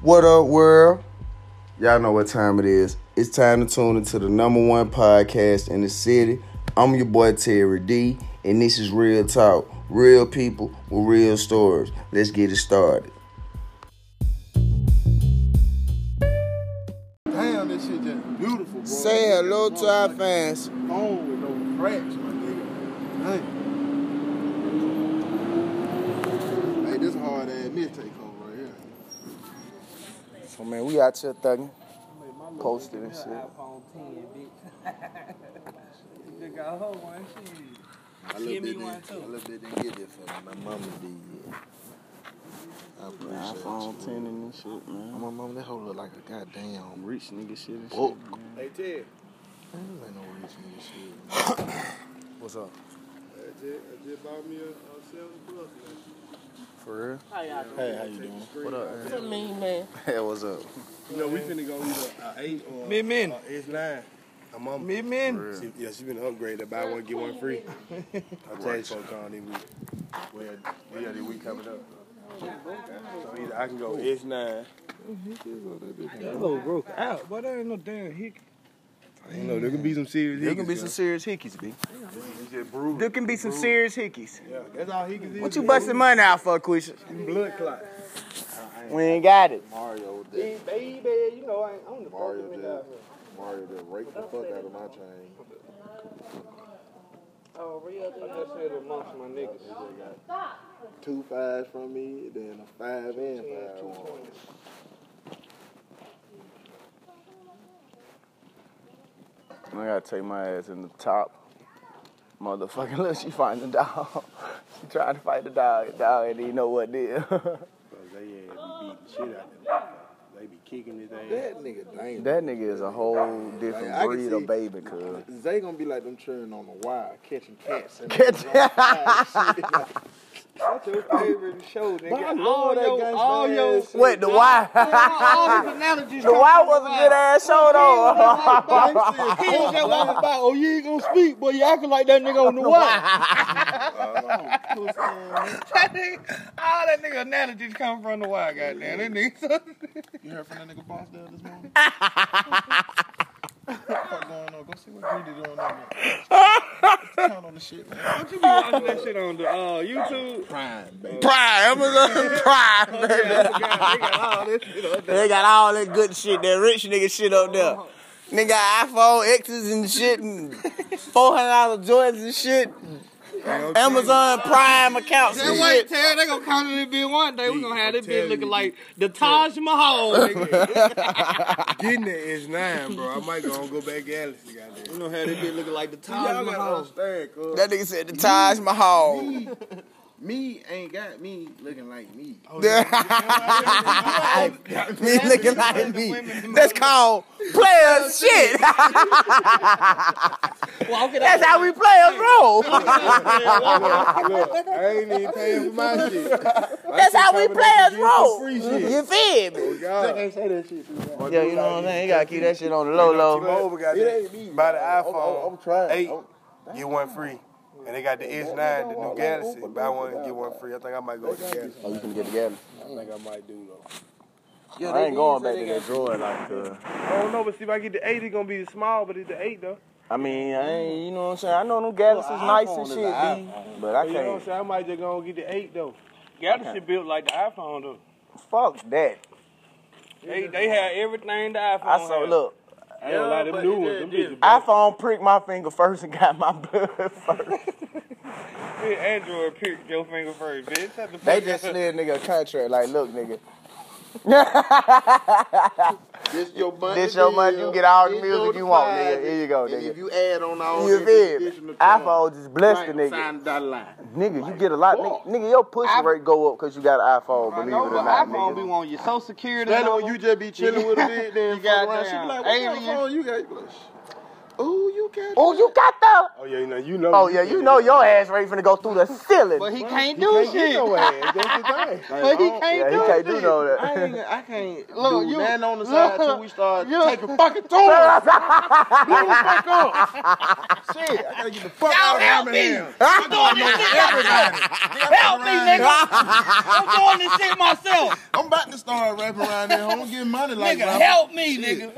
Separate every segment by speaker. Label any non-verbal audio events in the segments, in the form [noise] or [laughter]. Speaker 1: What up, world? Y'all know what time it is. It's time to tune into the number one podcast in the city. I'm your boy Terry D, and this is Real Talk. Real people with real stories. Let's get it started.
Speaker 2: Damn, this shit just beautiful, bro.
Speaker 1: Say hello to our fans.
Speaker 2: Phone with no cracks, my nigga. Dang. Hey, this hard ass mid take home right here.
Speaker 1: So Oh, man, we out here thugging. Posted and shit.
Speaker 3: iPhone 10, bitch. Just got her one. Shit.
Speaker 2: I
Speaker 3: Give me one,
Speaker 2: didn't,
Speaker 3: too.
Speaker 2: I little bit didn't get it for me. My mama did. I appreciate you.
Speaker 1: iPhone 10 and this shit, man.
Speaker 2: My mama, that hoe look like a goddamn
Speaker 1: Rich nigga shit and
Speaker 2: book.
Speaker 1: shit. man.
Speaker 4: Hey Ted,
Speaker 2: Man, this ain't no rich nigga shit.
Speaker 1: What's up?
Speaker 4: I just, I just bought me a, a seven plus. man.
Speaker 1: For [laughs] real?
Speaker 3: How y'all doing?
Speaker 1: Hey, how you doing? What up? man?
Speaker 3: What's up, mean man?
Speaker 1: Hey, what's up?
Speaker 4: You know we finna go either a eight or
Speaker 3: Me, me.
Speaker 4: a H nine. I'm on.
Speaker 3: Me, man.
Speaker 4: She, yeah, she been upgraded. Buy one get one free. I changed phone call this week. We had, we had the week coming up. So either I can go H nine.
Speaker 3: That little broke out. Boy, there ain't no damn hick.
Speaker 4: You know there can be some serious.
Speaker 1: There can be
Speaker 4: niggas,
Speaker 1: some serious hickeys, B.
Speaker 4: man. He just bruised.
Speaker 1: There can be some serious hickeys.
Speaker 4: Yeah, that's all he can do.
Speaker 1: What you busting money out for, Quisha?
Speaker 4: Blood clot.
Speaker 1: We ain't got it.
Speaker 2: Mario did.
Speaker 3: Baby, you know I ain't on the
Speaker 2: Mario did. Mario did rape the fuck out of my chain.
Speaker 3: Oh, real thing. I said amongst my niggas.
Speaker 2: Two fives from me, then a five and five. one.
Speaker 1: I gotta take my ass in the top. Motherfucking [laughs] look, she find the dog. [laughs] she trying to fight the dog. The dog ain't even know what did. [laughs] that
Speaker 4: Cause they yeah, be beating shit out of them. They be kicking his ass.
Speaker 2: That nigga dangerous.
Speaker 1: nigga is a whole different
Speaker 2: Like, I can
Speaker 1: breed of
Speaker 2: see-
Speaker 1: baby, cuz. [laughs]
Speaker 2: They gonna be like them children on the wire catching
Speaker 3: [laughs]
Speaker 2: cats. And
Speaker 3: That's your favorite show, nigga.
Speaker 2: I love
Speaker 3: all
Speaker 2: that
Speaker 3: your,
Speaker 2: gangsta
Speaker 3: all your,
Speaker 2: ass.
Speaker 1: Wait, the why?
Speaker 3: all these analogies.
Speaker 1: the why was a good ass show though.
Speaker 3: [laughs] Kids that walking by, oh, you ain't gonna speak, boy. You acting like that nigga on the wire. That nigga- all that nigga analogies come from the wire, goddamn. That nigga.
Speaker 4: You heard from that nigga boss down
Speaker 3: [laughs]
Speaker 4: this morning? what the fuck going on? Go see what Greedy doing on there. Let's count on the shit, man.
Speaker 3: What [laughs] you be watching that shit on the uh, YouTube?
Speaker 4: Prime, baby.
Speaker 3: [laughs]
Speaker 1: Prime, Amazon Prime.
Speaker 3: Yeah, I forgot. they got all this shit on there.
Speaker 1: They got all that good shit, that rich nigga shit up there. Nigga iPhone X's and shit, and four hundred dollar joints and shit. Amazon Prime accounts and
Speaker 3: That way,
Speaker 1: shit.
Speaker 3: Terry, they
Speaker 2: [laughs]
Speaker 3: gonna come to this bitch one day. We gonna have this
Speaker 4: I'm
Speaker 3: bitch
Speaker 4: telling
Speaker 3: looking
Speaker 4: you.
Speaker 3: like the Taj Mahal. nigga.
Speaker 4: Getting it is nine, bro. I might go and go back Alice. Goddamn.
Speaker 3: We gonna have this bitch looking like the Taj
Speaker 4: Y'all gotta
Speaker 3: Mahal.
Speaker 4: understand, cuz.
Speaker 1: That nigga said the Taj Mahal.
Speaker 2: me, me ain't got me looking like me.
Speaker 3: Oh,
Speaker 1: me looking like me. That's called player shit.
Speaker 3: Walking
Speaker 1: That's
Speaker 3: out.
Speaker 1: how we play a role.
Speaker 4: Look, I ain't even paying for my shit.
Speaker 1: That's how we play a role.
Speaker 4: Free shit.
Speaker 1: You feel me?
Speaker 4: Oh, God.
Speaker 2: say that shit. It
Speaker 1: Yeah, you know what I'm saying? You gotta keep that shit on the low low.
Speaker 4: T-Mobile got
Speaker 2: ain't me.
Speaker 4: By the
Speaker 2: I'm- I'm- I'm,
Speaker 4: iPhone
Speaker 2: trying.
Speaker 4: eight,
Speaker 2: I'm-
Speaker 4: get one free. And they got the S9, the new Galaxy. Buy one and get one free. I think I might go with the Galaxy.
Speaker 1: Oh, you can get together.
Speaker 4: I think I might do, though.
Speaker 1: I ain't going back to that drawer like uh
Speaker 4: I don't know, but see, if I get the 8, it's going to be the small, but it's the 8, though.
Speaker 1: I mean, I ain't, you know what I'm saying? I know them galaxies nice and shit, B, but I
Speaker 4: You know what I'm
Speaker 1: can't.
Speaker 4: saying? I might just go and get the 8, though.
Speaker 3: Galaxy built like the iPhone though.
Speaker 1: Fuck that.
Speaker 3: They they have everything the iPhone.
Speaker 1: I saw,
Speaker 3: has.
Speaker 1: look,
Speaker 4: I ain't gonna lie, them new ones. Them bitches.
Speaker 1: iPhone pricked my finger first and got my blood [laughs] first.
Speaker 3: Bitch, Android picked your finger first, bitch. Shut the
Speaker 1: They
Speaker 3: fuck
Speaker 1: just
Speaker 3: up.
Speaker 1: slid nigga a contract like, look, [laughs] nigga,
Speaker 2: This your money.
Speaker 1: this your money, you get all the music you want, nigga. Here you go,
Speaker 2: And if
Speaker 1: nigga.
Speaker 2: you add on all
Speaker 1: You
Speaker 2: this
Speaker 1: feel me?
Speaker 2: additional
Speaker 1: iPhone just blessed the
Speaker 2: Right,
Speaker 1: nigga.
Speaker 2: sign the dotted line.
Speaker 1: Nigga, you get a lot. Nigga, nigga your pussy rate go up because you got an iPhone,
Speaker 3: I
Speaker 1: believe it
Speaker 3: know,
Speaker 1: or
Speaker 3: but
Speaker 1: not,
Speaker 3: iPhone be
Speaker 1: nigga.
Speaker 3: wanting your social security
Speaker 2: Better
Speaker 3: number.
Speaker 2: when you just be chilling with a bitch, then
Speaker 3: You
Speaker 2: fuck around. She be
Speaker 3: goddamn
Speaker 2: like, what kind of
Speaker 3: alien.
Speaker 2: phone you got? You be like, ooh, you
Speaker 3: got
Speaker 1: Oh, you got the.
Speaker 4: Oh yeah, you know, you know.
Speaker 1: Oh yeah, you know your ass ready finna go through the ceiling.
Speaker 3: But he can't
Speaker 4: You
Speaker 3: do
Speaker 4: can't get
Speaker 3: shit.
Speaker 4: no ass.
Speaker 3: [laughs]
Speaker 4: That's the thing.
Speaker 3: But he can't
Speaker 1: Oh, Yeah, he
Speaker 3: do
Speaker 1: can't
Speaker 3: shit.
Speaker 1: do no of [laughs]
Speaker 3: I,
Speaker 1: that.
Speaker 3: ain't, I can't. Look,
Speaker 2: Dude,
Speaker 3: you
Speaker 2: laying on
Speaker 3: [laughs]
Speaker 2: the side till we start
Speaker 3: you, taking fucking turns.
Speaker 4: Shit, I gotta get the fuck out of my man.
Speaker 3: I'm doing this shit myself. Help me, nigga. I'm doing this shit myself.
Speaker 2: I'm about to start rapping around there. I'm getting money like
Speaker 3: Nigga,
Speaker 2: that.
Speaker 3: help me, nigga.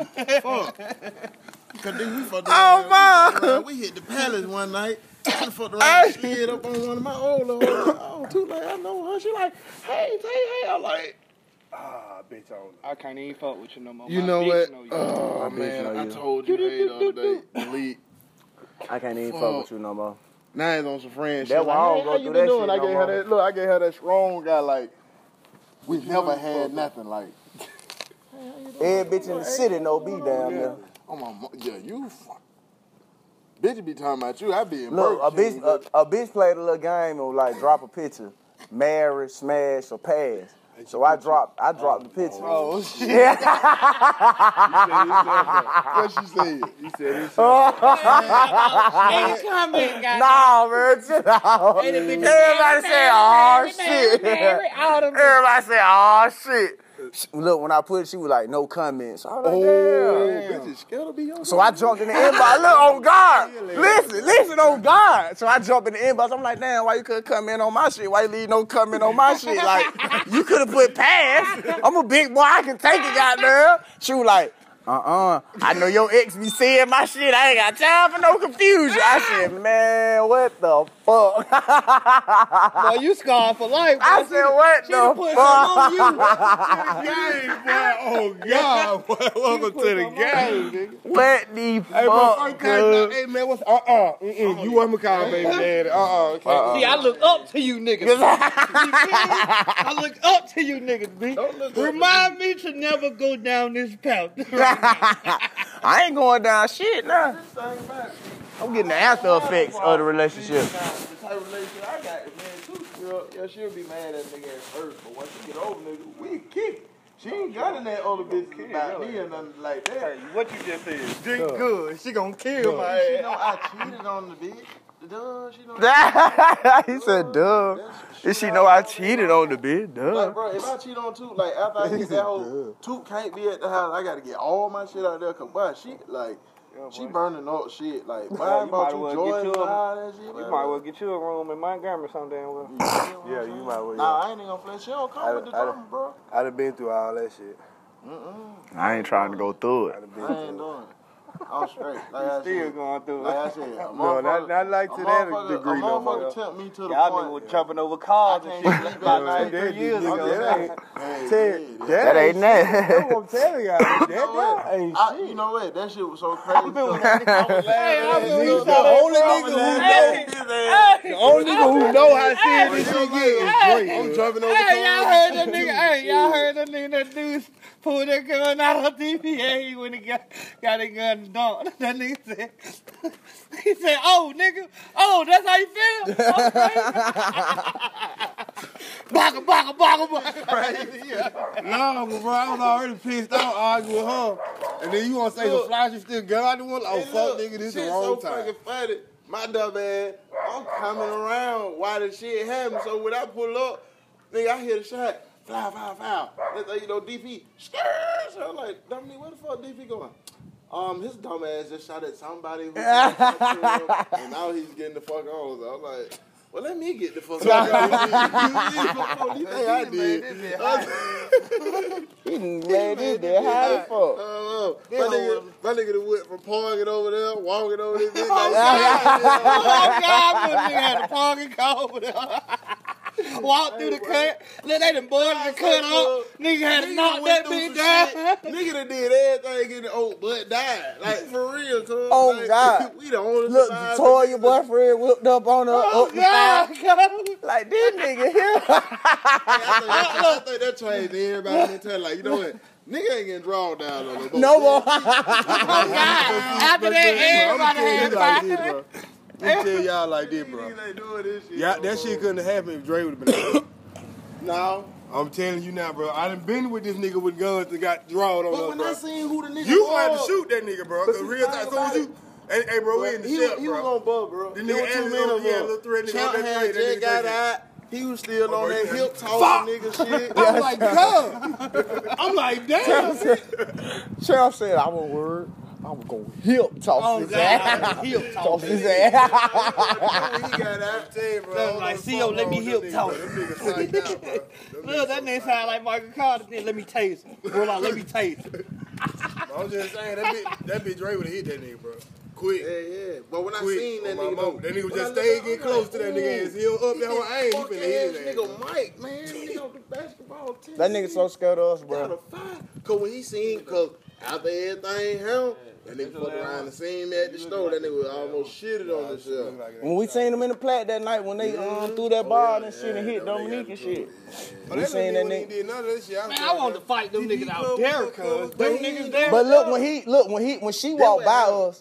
Speaker 2: Cause then we fucked
Speaker 1: Oh,
Speaker 2: around.
Speaker 1: my.
Speaker 2: We hit the palace one night. I fucked around and slid up on one of my old ladies. Oh, too late. I know her. She like, hey, hey, hey. I'm like,
Speaker 4: Ah, bitch, I don't know.
Speaker 3: I can't even fuck with you no more.
Speaker 2: you
Speaker 3: My
Speaker 2: know what?
Speaker 3: bitch know you.
Speaker 2: Oh man, I told you hey the other day. Delete.
Speaker 1: I can't even fuck with you no more.
Speaker 2: Now it's on some friend shit.
Speaker 1: That
Speaker 2: Like,
Speaker 1: why I don't
Speaker 2: hey,
Speaker 1: go
Speaker 2: how
Speaker 1: through
Speaker 2: you
Speaker 1: that
Speaker 2: been doing?
Speaker 1: shit
Speaker 2: I
Speaker 1: no
Speaker 2: gave
Speaker 1: more.
Speaker 2: her that look. I gave her that strong guy. Like we never had nothing. Like
Speaker 1: Every bitch in the city know be down there.
Speaker 2: oh my, mo- yeah, you. Fuck. Bitch be talking about you. I be in
Speaker 1: Look, a
Speaker 2: Burger King,
Speaker 1: bitch, uh, a, a bitch played a little game and like drop a picture, marry, smash, or pass. So I dropped, I dropped the picture.
Speaker 2: Oh [laughs]
Speaker 1: [laughs]
Speaker 2: shit!
Speaker 1: Yeah.
Speaker 2: What she said?
Speaker 4: You said this.
Speaker 1: Oh,
Speaker 5: Hey,
Speaker 1: [laughs]
Speaker 5: comment, guys.
Speaker 1: Nah, man, chill out. Everybody say, oh shit. [laughs] Everybody say, oh shit. She- Look, when I put it, she was like, no comments. I was like,
Speaker 2: Oh,
Speaker 1: damn.
Speaker 2: bitch is scared to be on.
Speaker 1: So I jumped in the inbox. Look, on God. Listen, listen, on God. So I jumped in the inbox. I'm like, damn, why you couldn't come in on my shit? Why you leave no comment on my shit? Like, you could have put pass. I'm a big boy. I can take it, goddamn. She was like, uh-uh. I know your ex be saying my shit. I ain't got time for no confusion. I said, man, what the fuck? [laughs]
Speaker 3: Boy, you scarred for life.
Speaker 1: I
Speaker 3: boy.
Speaker 1: said, what
Speaker 3: She done
Speaker 1: the
Speaker 3: put something
Speaker 1: fuck?
Speaker 3: on you.
Speaker 4: Oh
Speaker 2: [laughs]
Speaker 4: God, boy, [laughs] welcome to the game.
Speaker 1: What the
Speaker 4: Hey, bro,
Speaker 1: fuck? cuz?
Speaker 4: hey man, what's uh uh mm-mm, you want me to call
Speaker 2: [laughs]
Speaker 4: baby daddy? Uh uh, okay.
Speaker 1: Uh-uh.
Speaker 3: See, I look up to you niggas. You feel me? I look up to you niggas, B. Remind me to never go down this path.
Speaker 1: [laughs]
Speaker 3: [laughs]
Speaker 1: I ain't going down shit now. I'm getting the after effects of the relationship.
Speaker 2: The type of relationship I got is man too. Girl, yeah, she'll be mad at nigga at first, but once you get over nigga, we kick. She ain't got in that older bitch about me or nothing like that.
Speaker 4: What you just said?
Speaker 2: Dick good. She gonna kill my ass. She know I cheated on the bitch. Duh, she know.
Speaker 1: [laughs] he said, duh. [laughs] Did she know I cheated on the bitch?
Speaker 2: Like,
Speaker 1: Duh.
Speaker 2: bro, if I cheat on Toot, like, after I get that
Speaker 5: [laughs]
Speaker 2: whole, Toot can't be at the house. I gotta get all my shit out there. Cause, boy, she, like, she burning up shit. Like,
Speaker 5: Yeah, [laughs]
Speaker 2: why
Speaker 5: you might
Speaker 2: about
Speaker 5: as
Speaker 2: you
Speaker 5: well
Speaker 2: joy
Speaker 5: get you
Speaker 2: and
Speaker 5: a-
Speaker 2: all that shit?
Speaker 5: You might well get you a room in Montgomery someday. Well.
Speaker 2: Mm-hmm.
Speaker 4: Yeah, you might well.
Speaker 2: Nah, I ain't even gonna flesh. She don't come
Speaker 4: I-
Speaker 2: with the
Speaker 4: I-
Speaker 2: drama, bro.
Speaker 4: I'd have been through all that shit.
Speaker 1: I ain't trying to go through it.
Speaker 4: I'd have been
Speaker 2: I ain't
Speaker 4: through.
Speaker 2: doing it. I'm straight.
Speaker 4: [laughs]
Speaker 2: Like I
Speaker 5: Still
Speaker 2: said.
Speaker 5: going through
Speaker 2: Like
Speaker 5: it.
Speaker 2: I said. A
Speaker 4: No, not,
Speaker 2: motherfucker-
Speaker 4: not like to
Speaker 2: a
Speaker 4: that
Speaker 2: motherfucker-
Speaker 4: degree
Speaker 2: a
Speaker 4: no
Speaker 2: motherfucker
Speaker 4: more.
Speaker 2: tempt me to the
Speaker 5: Y'all
Speaker 2: point.
Speaker 5: niggas was jumping over
Speaker 2: I
Speaker 5: cars and
Speaker 2: can't
Speaker 5: shit
Speaker 2: sleep at
Speaker 5: about
Speaker 2: night.
Speaker 5: two,
Speaker 4: [laughs] That
Speaker 5: three years
Speaker 4: did-
Speaker 5: ago.
Speaker 4: that ain't-
Speaker 2: Man,
Speaker 4: Ted,
Speaker 2: shit.
Speaker 1: That ain't
Speaker 4: That's
Speaker 1: that.
Speaker 4: what I'm telling y'all. That,
Speaker 2: [coughs] You know what?
Speaker 4: that ain't
Speaker 2: I- You know what? That shit was so crazy.
Speaker 1: [laughs]
Speaker 4: He's the only nigga who know. The only nigga who know how serious this shit is is Drake.
Speaker 2: I'm jumping over
Speaker 3: Hey,
Speaker 2: cars.
Speaker 3: y'all heard that nigga? Hey, y'all heard that nigga? That dude pulled that gun out on TV. He when he got got a gun dunked. [laughs] That nigga said, he said, "Oh, nigga, oh, that's how you feel." Okay. Baka baka baka baka.
Speaker 4: No, but bro, I was already pissed out arguing with her. And then you want to say the fly shit still gun out the window? Oh,
Speaker 2: Hey,
Speaker 4: fuck,
Speaker 2: look,
Speaker 4: nigga, this
Speaker 2: shit
Speaker 4: the wrong
Speaker 2: so
Speaker 4: time.
Speaker 2: fucking funny. My dumb ass, I'm coming around while the shit happened. So when I pull up, nigga, I hear the shot. Foul, foul, foul. That's how you know DP. Skirts. I'm like, Dominique, where the fuck DP going? Um, his dumb ass just shot at somebody
Speaker 4: [laughs]
Speaker 2: who and now he's getting the fuck on. So I'm like, well, let me get the fuck
Speaker 4: [laughs]
Speaker 2: on. [laughs] you think I did?
Speaker 1: Man, this that high as fuck.
Speaker 2: Uh, my nigga, my nigga done went from pouring it over there, walking
Speaker 1: [laughs]
Speaker 2: over this bitch.
Speaker 1: Oh,
Speaker 2: Like,
Speaker 3: Oh God, this nigga had a parking car. [laughs] Walked through the cut. Look, they done boiled the cut up. Nigga had to
Speaker 2: Nigga
Speaker 3: knock
Speaker 2: went
Speaker 3: that
Speaker 2: through
Speaker 3: bitch
Speaker 2: some
Speaker 3: down. [laughs]
Speaker 2: shit. Nigga done did everything in the old butt died. Like for real, cuz.
Speaker 1: Oh,
Speaker 2: like,
Speaker 1: God.
Speaker 2: [laughs] We the only
Speaker 1: Look,
Speaker 2: survivors.
Speaker 1: Toya, your boyfriend, whooped up on her.
Speaker 3: Oh
Speaker 1: up the
Speaker 3: God, God.
Speaker 1: side. Like, this nigga here.
Speaker 2: I think, I think that changed everybody mentality. Like, you know what? Nigga ain't getting drawn down on boat.
Speaker 1: [laughs] No more.
Speaker 3: Oh God. After that, everybody had to
Speaker 4: Let me tell you like this, bro. Let me tell y'all like this, bro.
Speaker 2: Niggas ain't doing this shit.
Speaker 4: Yeah,
Speaker 2: no
Speaker 4: that
Speaker 2: more.
Speaker 4: shit couldn't have happened if Dre would have been out there.
Speaker 2: No.
Speaker 4: I'm telling you now, bro. I done been with this nigga with guns and got drawn on
Speaker 2: But
Speaker 4: us,
Speaker 2: when I
Speaker 4: bro.
Speaker 2: seen who the nigga
Speaker 4: You
Speaker 2: was,
Speaker 4: gonna have to shoot that nigga, bro. Cause real time, so was you.
Speaker 6: Hey, hey, bro, we in the
Speaker 2: He,
Speaker 6: ship,
Speaker 2: he was
Speaker 6: bro.
Speaker 2: on bug, bro.
Speaker 6: The
Speaker 2: There
Speaker 6: nigga
Speaker 2: were
Speaker 6: had
Speaker 2: two
Speaker 6: his
Speaker 2: men
Speaker 6: own-
Speaker 2: of
Speaker 6: he had a
Speaker 2: us.
Speaker 6: little thread, nigga,
Speaker 2: Champ
Speaker 6: on that
Speaker 2: had
Speaker 6: thread, that
Speaker 2: just
Speaker 6: nigga
Speaker 2: got
Speaker 6: thinking-
Speaker 2: out. He was still
Speaker 6: Oh,
Speaker 2: on
Speaker 6: bro,
Speaker 2: that
Speaker 6: you-
Speaker 2: hip toss nigga shit. I'm [laughs] like, God. I'm like, damn.
Speaker 1: Champ said, I won't word. I'm gonna hip toss
Speaker 3: Oh,
Speaker 1: his
Speaker 3: God.
Speaker 1: ass.
Speaker 3: [laughs] Hip
Speaker 1: toss
Speaker 3: toss.
Speaker 1: his
Speaker 6: [laughs]
Speaker 1: ass.
Speaker 2: he got out.
Speaker 6: Hey, bro,
Speaker 3: Sound
Speaker 6: all
Speaker 3: like,
Speaker 6: those
Speaker 3: "See, yo,
Speaker 6: fuck
Speaker 3: let me
Speaker 6: wrong
Speaker 3: help
Speaker 6: with
Speaker 3: talk."
Speaker 6: that nigga, bro. Them niggas psyched out, bro. Them
Speaker 3: Look, that nigga sound like Michael Carter. Then let me taste. Roll out, let me taste.
Speaker 6: niggas- I'm just saying, that bitch, that bitch Dre would have hit that nigga, bro.
Speaker 2: Yeah,
Speaker 6: Quick.
Speaker 2: yeah. But when I
Speaker 6: Quick.
Speaker 2: seen that
Speaker 6: on my
Speaker 2: nigga,
Speaker 6: mama.
Speaker 2: though,
Speaker 6: That nigga was
Speaker 2: when I
Speaker 6: just
Speaker 2: looked
Speaker 6: staying
Speaker 2: up,
Speaker 6: getting
Speaker 2: I'm
Speaker 6: close
Speaker 2: like,
Speaker 6: to that nigga ass.
Speaker 2: ooh.
Speaker 6: He up that
Speaker 2: He
Speaker 6: whole ass. He
Speaker 2: fuck
Speaker 6: finna
Speaker 2: ass
Speaker 6: hit his ass.
Speaker 2: nigga Mike, man. Nigga on the basketball team.
Speaker 1: That nigga so scared of us,
Speaker 2: Got a
Speaker 1: bro.
Speaker 2: fight. Cause when he seen, cause after everything happened, that nigga fucked around and seen me at the store. That nigga was almost shitted on himself.
Speaker 1: When we seen him in the plat that night when they um, threw that ball and shit and hit Dominique and shit.
Speaker 6: Oh,
Speaker 1: We
Speaker 6: that nigga
Speaker 1: seen that
Speaker 6: when he
Speaker 1: nigga.
Speaker 6: did none of that shit.
Speaker 3: Man, I want to fight them niggas out there, cuz. Them niggas there.
Speaker 1: But look when he look when he when she walked by us,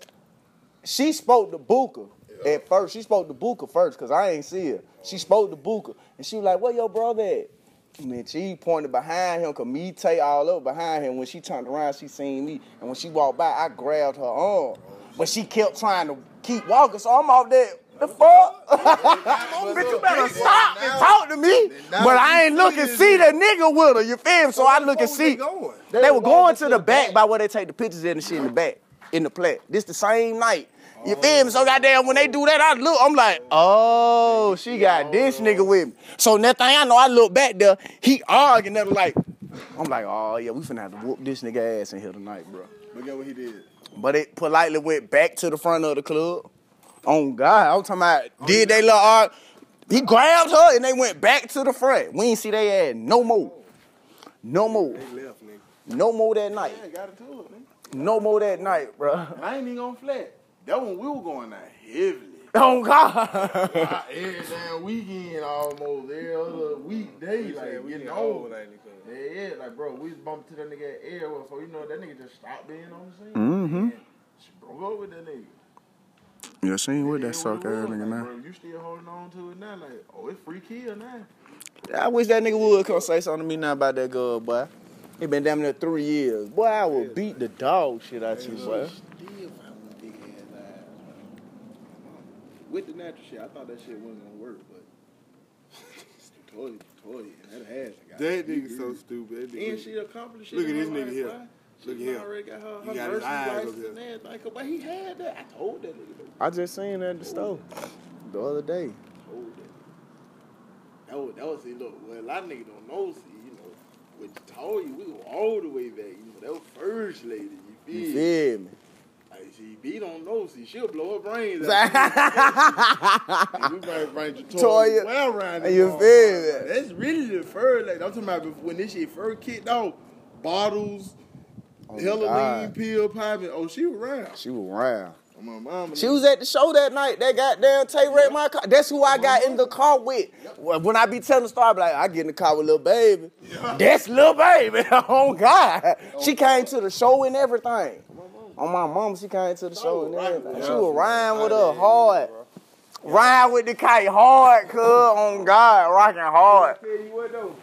Speaker 1: she spoke to Booker at first. She spoke to Booker first because I ain't see her. She spoke to Booker and she was like, "Where your brother at?" And then she pointed behind him because me Tay all up behind him. When she turned around, she seen me, and when she walked by, I grabbed her arm, but she kept trying to keep walking. So I'm off there. The fuck? [laughs] Bitch, you better stop and talk to me. But I ain't look and see the nigga with her. You feel me? So I look and see. They, were going to the back by where they take the pictures at and shit in the back, in the plat. This the same night. You feel me? So goddamn, when they do that, I look. I'm like, oh, she got this nigga with me. So next thing I know, I look back there. He arguing that like, I'm like, oh yeah, we finna have to whoop this nigga ass in here tonight, bro.
Speaker 6: Look at what he did.
Speaker 1: But it politely went back to the front of the club. On God, I'm talking about. Did they little art? He grabbed her and they went back to the front. We ain't see they ass no more, no more,
Speaker 6: Left, nigga.
Speaker 1: no more that night,
Speaker 2: I got it to it, man.
Speaker 1: no more that night, bro. [laughs]
Speaker 2: I ain't even gonna flat. That one we were going out heavily.
Speaker 1: On Oh, God, [laughs]
Speaker 2: Ah, Every damn weekend, almost every other weekday, like
Speaker 6: we
Speaker 2: we
Speaker 6: get
Speaker 2: know.
Speaker 6: old, ain't it, cuz?
Speaker 2: Yeah, yeah, like bro, we was bumped to that nigga at Airwell, so you know that nigga just stopped being on the scene.
Speaker 6: Mm-hmm.
Speaker 1: Mhm.
Speaker 2: And She broke up with that nigga.
Speaker 1: you seen what that
Speaker 2: Yeah,
Speaker 1: suck ass
Speaker 2: what it was,
Speaker 1: nigga
Speaker 2: like,
Speaker 1: now?
Speaker 2: Bro, you still holding on to it now? Like, oh, it's free kill now.
Speaker 1: I wish that nigga would come say something to me now about that girl, boy. It been damn near three years. Boy, I will beat the dog shit out you, boy.
Speaker 2: Still fucking with big ass eyes. With the natural shit, I thought that shit wasn't gonna work, but toy, toy, and that ass. got
Speaker 6: That nigga so stupid. That
Speaker 2: And
Speaker 6: nigga.
Speaker 2: she accomplished shit.
Speaker 6: Look
Speaker 2: in
Speaker 6: at
Speaker 2: her
Speaker 6: this nigga
Speaker 2: life,
Speaker 6: here.
Speaker 2: bruh. She
Speaker 6: Look at him.
Speaker 2: already got her,
Speaker 6: He
Speaker 2: her
Speaker 6: got his
Speaker 2: mercy
Speaker 6: eyes up
Speaker 2: license
Speaker 6: here.
Speaker 1: [laughs]
Speaker 2: and everything. But he had that. I told that nigga. though.
Speaker 1: I just seen that at the store the other day.
Speaker 2: I told that nigga. That was, that was see, look, well, a lot of niggas don't know, see, you know. With Toya, we go all the way back. You know, that was first lady. You feel
Speaker 1: You
Speaker 2: me?
Speaker 1: feel me? [laughs]
Speaker 2: Like, she be don't know. See, she'll blow her brains out.
Speaker 1: you
Speaker 2: you might find your
Speaker 1: Toya.
Speaker 2: toy well around the
Speaker 1: feel
Speaker 2: mall.
Speaker 1: me?
Speaker 2: That's really the first. Like I'm talking about before, when this shit first kicked off, bottles, hella lean
Speaker 1: Oh God.
Speaker 2: pill popping. Oh, she was around.
Speaker 1: She was round.
Speaker 2: My mama.
Speaker 1: She was at the show that night. That goddamn Tay wrecked my car. That's who I got in the car with. Well, When I be telling the story, I be like, I get in the car with little baby. That's little baby. [laughs] oh God. She came to the show and everything. On my mom, she came to the show and everything. She was riding with her hard. Riding with the kite hard, cuz. On God, rocking hard.
Speaker 6: I tell you what, though.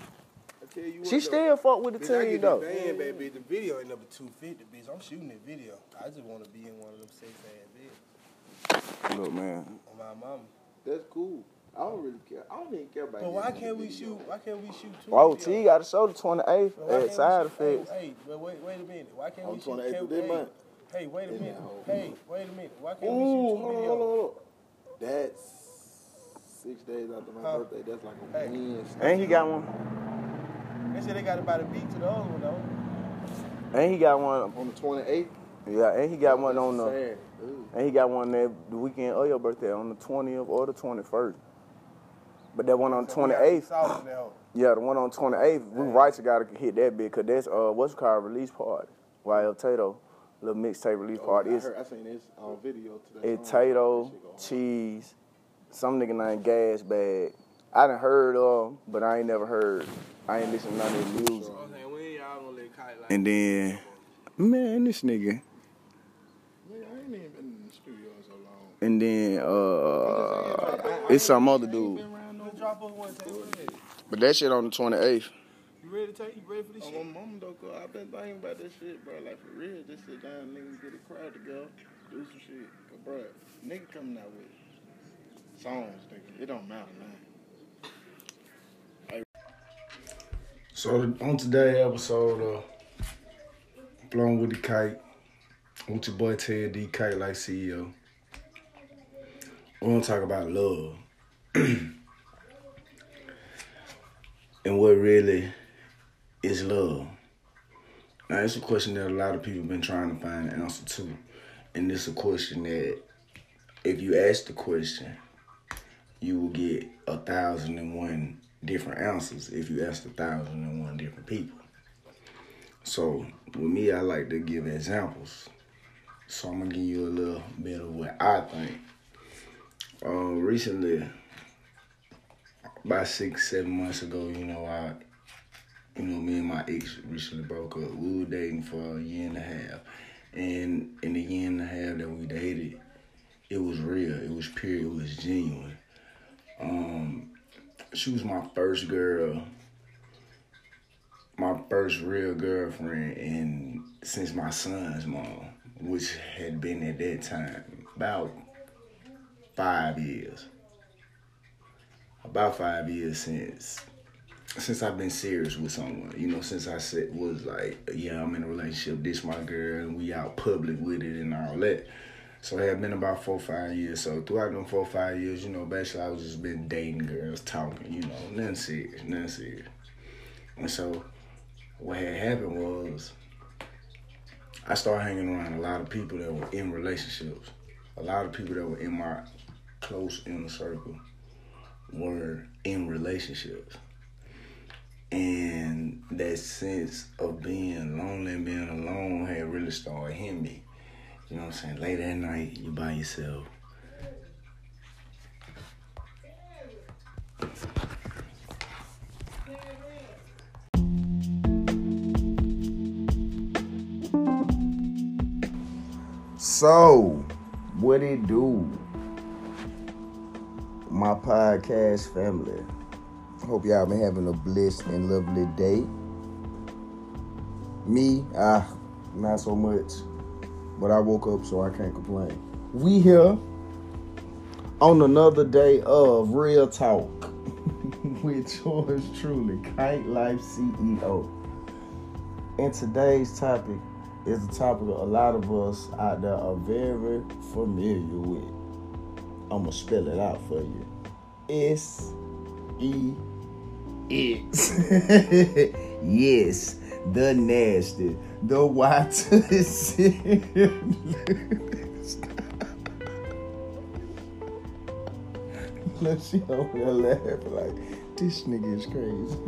Speaker 6: I tell you what,
Speaker 1: She
Speaker 6: though.
Speaker 1: still fuck with the
Speaker 6: Bitch, I
Speaker 1: team
Speaker 6: get
Speaker 1: though.
Speaker 6: the van, baby. The video ain't number 250, bitch. I'm shooting the video. I just want to be in one of them safe ass beds.
Speaker 1: Look, man.
Speaker 6: On my mama.
Speaker 2: That's cool. I don't really care. I don't even care about.
Speaker 6: But why
Speaker 2: getting
Speaker 6: can't we
Speaker 2: the
Speaker 6: shoot? Why can't we shoot two?
Speaker 1: Oh,
Speaker 6: videos?
Speaker 1: T got a show the 28th
Speaker 6: But why can't
Speaker 1: at
Speaker 6: we
Speaker 1: Side
Speaker 6: shoot- hey,
Speaker 1: Effects.
Speaker 6: Hey, but wait, wait a minute. Why can't
Speaker 2: On
Speaker 6: we shoot?
Speaker 2: 28th
Speaker 6: can't-
Speaker 2: of this
Speaker 6: hey,
Speaker 2: month.
Speaker 6: Hey, wait a minute. Hey, wait a minute. Why can't
Speaker 2: video? Ooh,
Speaker 6: we shoot two
Speaker 2: hold on,
Speaker 6: videos?
Speaker 2: hold on, hold on. That's six days after my
Speaker 6: Huh?
Speaker 2: birthday. That's like a
Speaker 6: Hey.
Speaker 2: Wednesday.
Speaker 1: And he got one.
Speaker 6: They said they got about a beat to the other one though.
Speaker 1: And he got one.
Speaker 2: On the twenty eighth.
Speaker 1: Yeah, and he got one on the.
Speaker 2: Sad. Ooh.
Speaker 1: And he got one that the weekend of your birthday on the 20th or the 21st. But that one on the
Speaker 6: So we got
Speaker 1: 28th,
Speaker 6: sauce in that hole.
Speaker 1: yeah, the one on 28th, we rights gotta hit that bit because that's uh what's it called release party. YL Tato, little mixtape release party.
Speaker 2: Oh, I,
Speaker 1: It's
Speaker 2: heard, I seen this on video today.
Speaker 1: it's Tato, Cheese, some nigga named Gas Bag. I done heard of, 'em, but I ain't never heard. I ain't listened to none of his music. And then, man, this nigga.
Speaker 2: Man, I ain't even been in the studio in so long.
Speaker 1: And then uh, it's some other dude.
Speaker 6: Drop off one time.
Speaker 1: But that shit on the 28th.
Speaker 6: You ready to take? You ready for this
Speaker 2: Oh,
Speaker 6: shit?
Speaker 2: my mom though, i I've been thinking about this shit, bro. Like for real, just sit down, niggas get a crowd together. do some shit. Cause bro, nigga coming out with songs, nigga. It don't matter now.
Speaker 1: So on today's episode of Blown with the Kite, I'm with your boy Ted D Kite like CEO. We're gonna talk about love [clears throat] and what really is love. Now it's a question that a lot of people been trying to find an answer to. And it's a question that if you ask the question, you will get a thousand and one different answers if you ask a thousand and one different people. So with me, I like to give examples. So I'm gonna give you a little bit of what I think. Uh, recently, about six, seven months ago, you know, I, you know, me and my ex recently broke up. We were dating for a year and a half, and in the year and a half that we dated, it was real, it was pure, it was genuine Um, she was my first girl, my first real girlfriend, and since my son's mom, which had been at that time about five years, about five years since since I've been serious with someone. You know, since I said was like, yeah, I'm in a relationship. This my girl, and we out public with it and all that. So it had been about four five years. So throughout them four five years, you know, basically I was just been dating girls, talking, you know, nothing serious, nothing serious. And so what had happened was I started hanging around a lot of people that were in relationships. A lot of people that were in my close inner circle were in relationships. And that sense of being lonely and being alone had really started hitting me. You know what I'm saying? Late at night, you by yourself. So, what it do? My podcast family. Hope y'all been having a blessed and lovely day. Me, ah, not so much but I woke up so I can't complain. We here on another day of Real Talk [laughs] with yours truly, Kite Life E CEO. And today's topic is a topic a lot of us out there are very familiar with. I'm gonna spell it out for you. S E X. [laughs] yes, the nasty, the Y to the [laughs] Z. Look, she over there laughing like this nigga is crazy.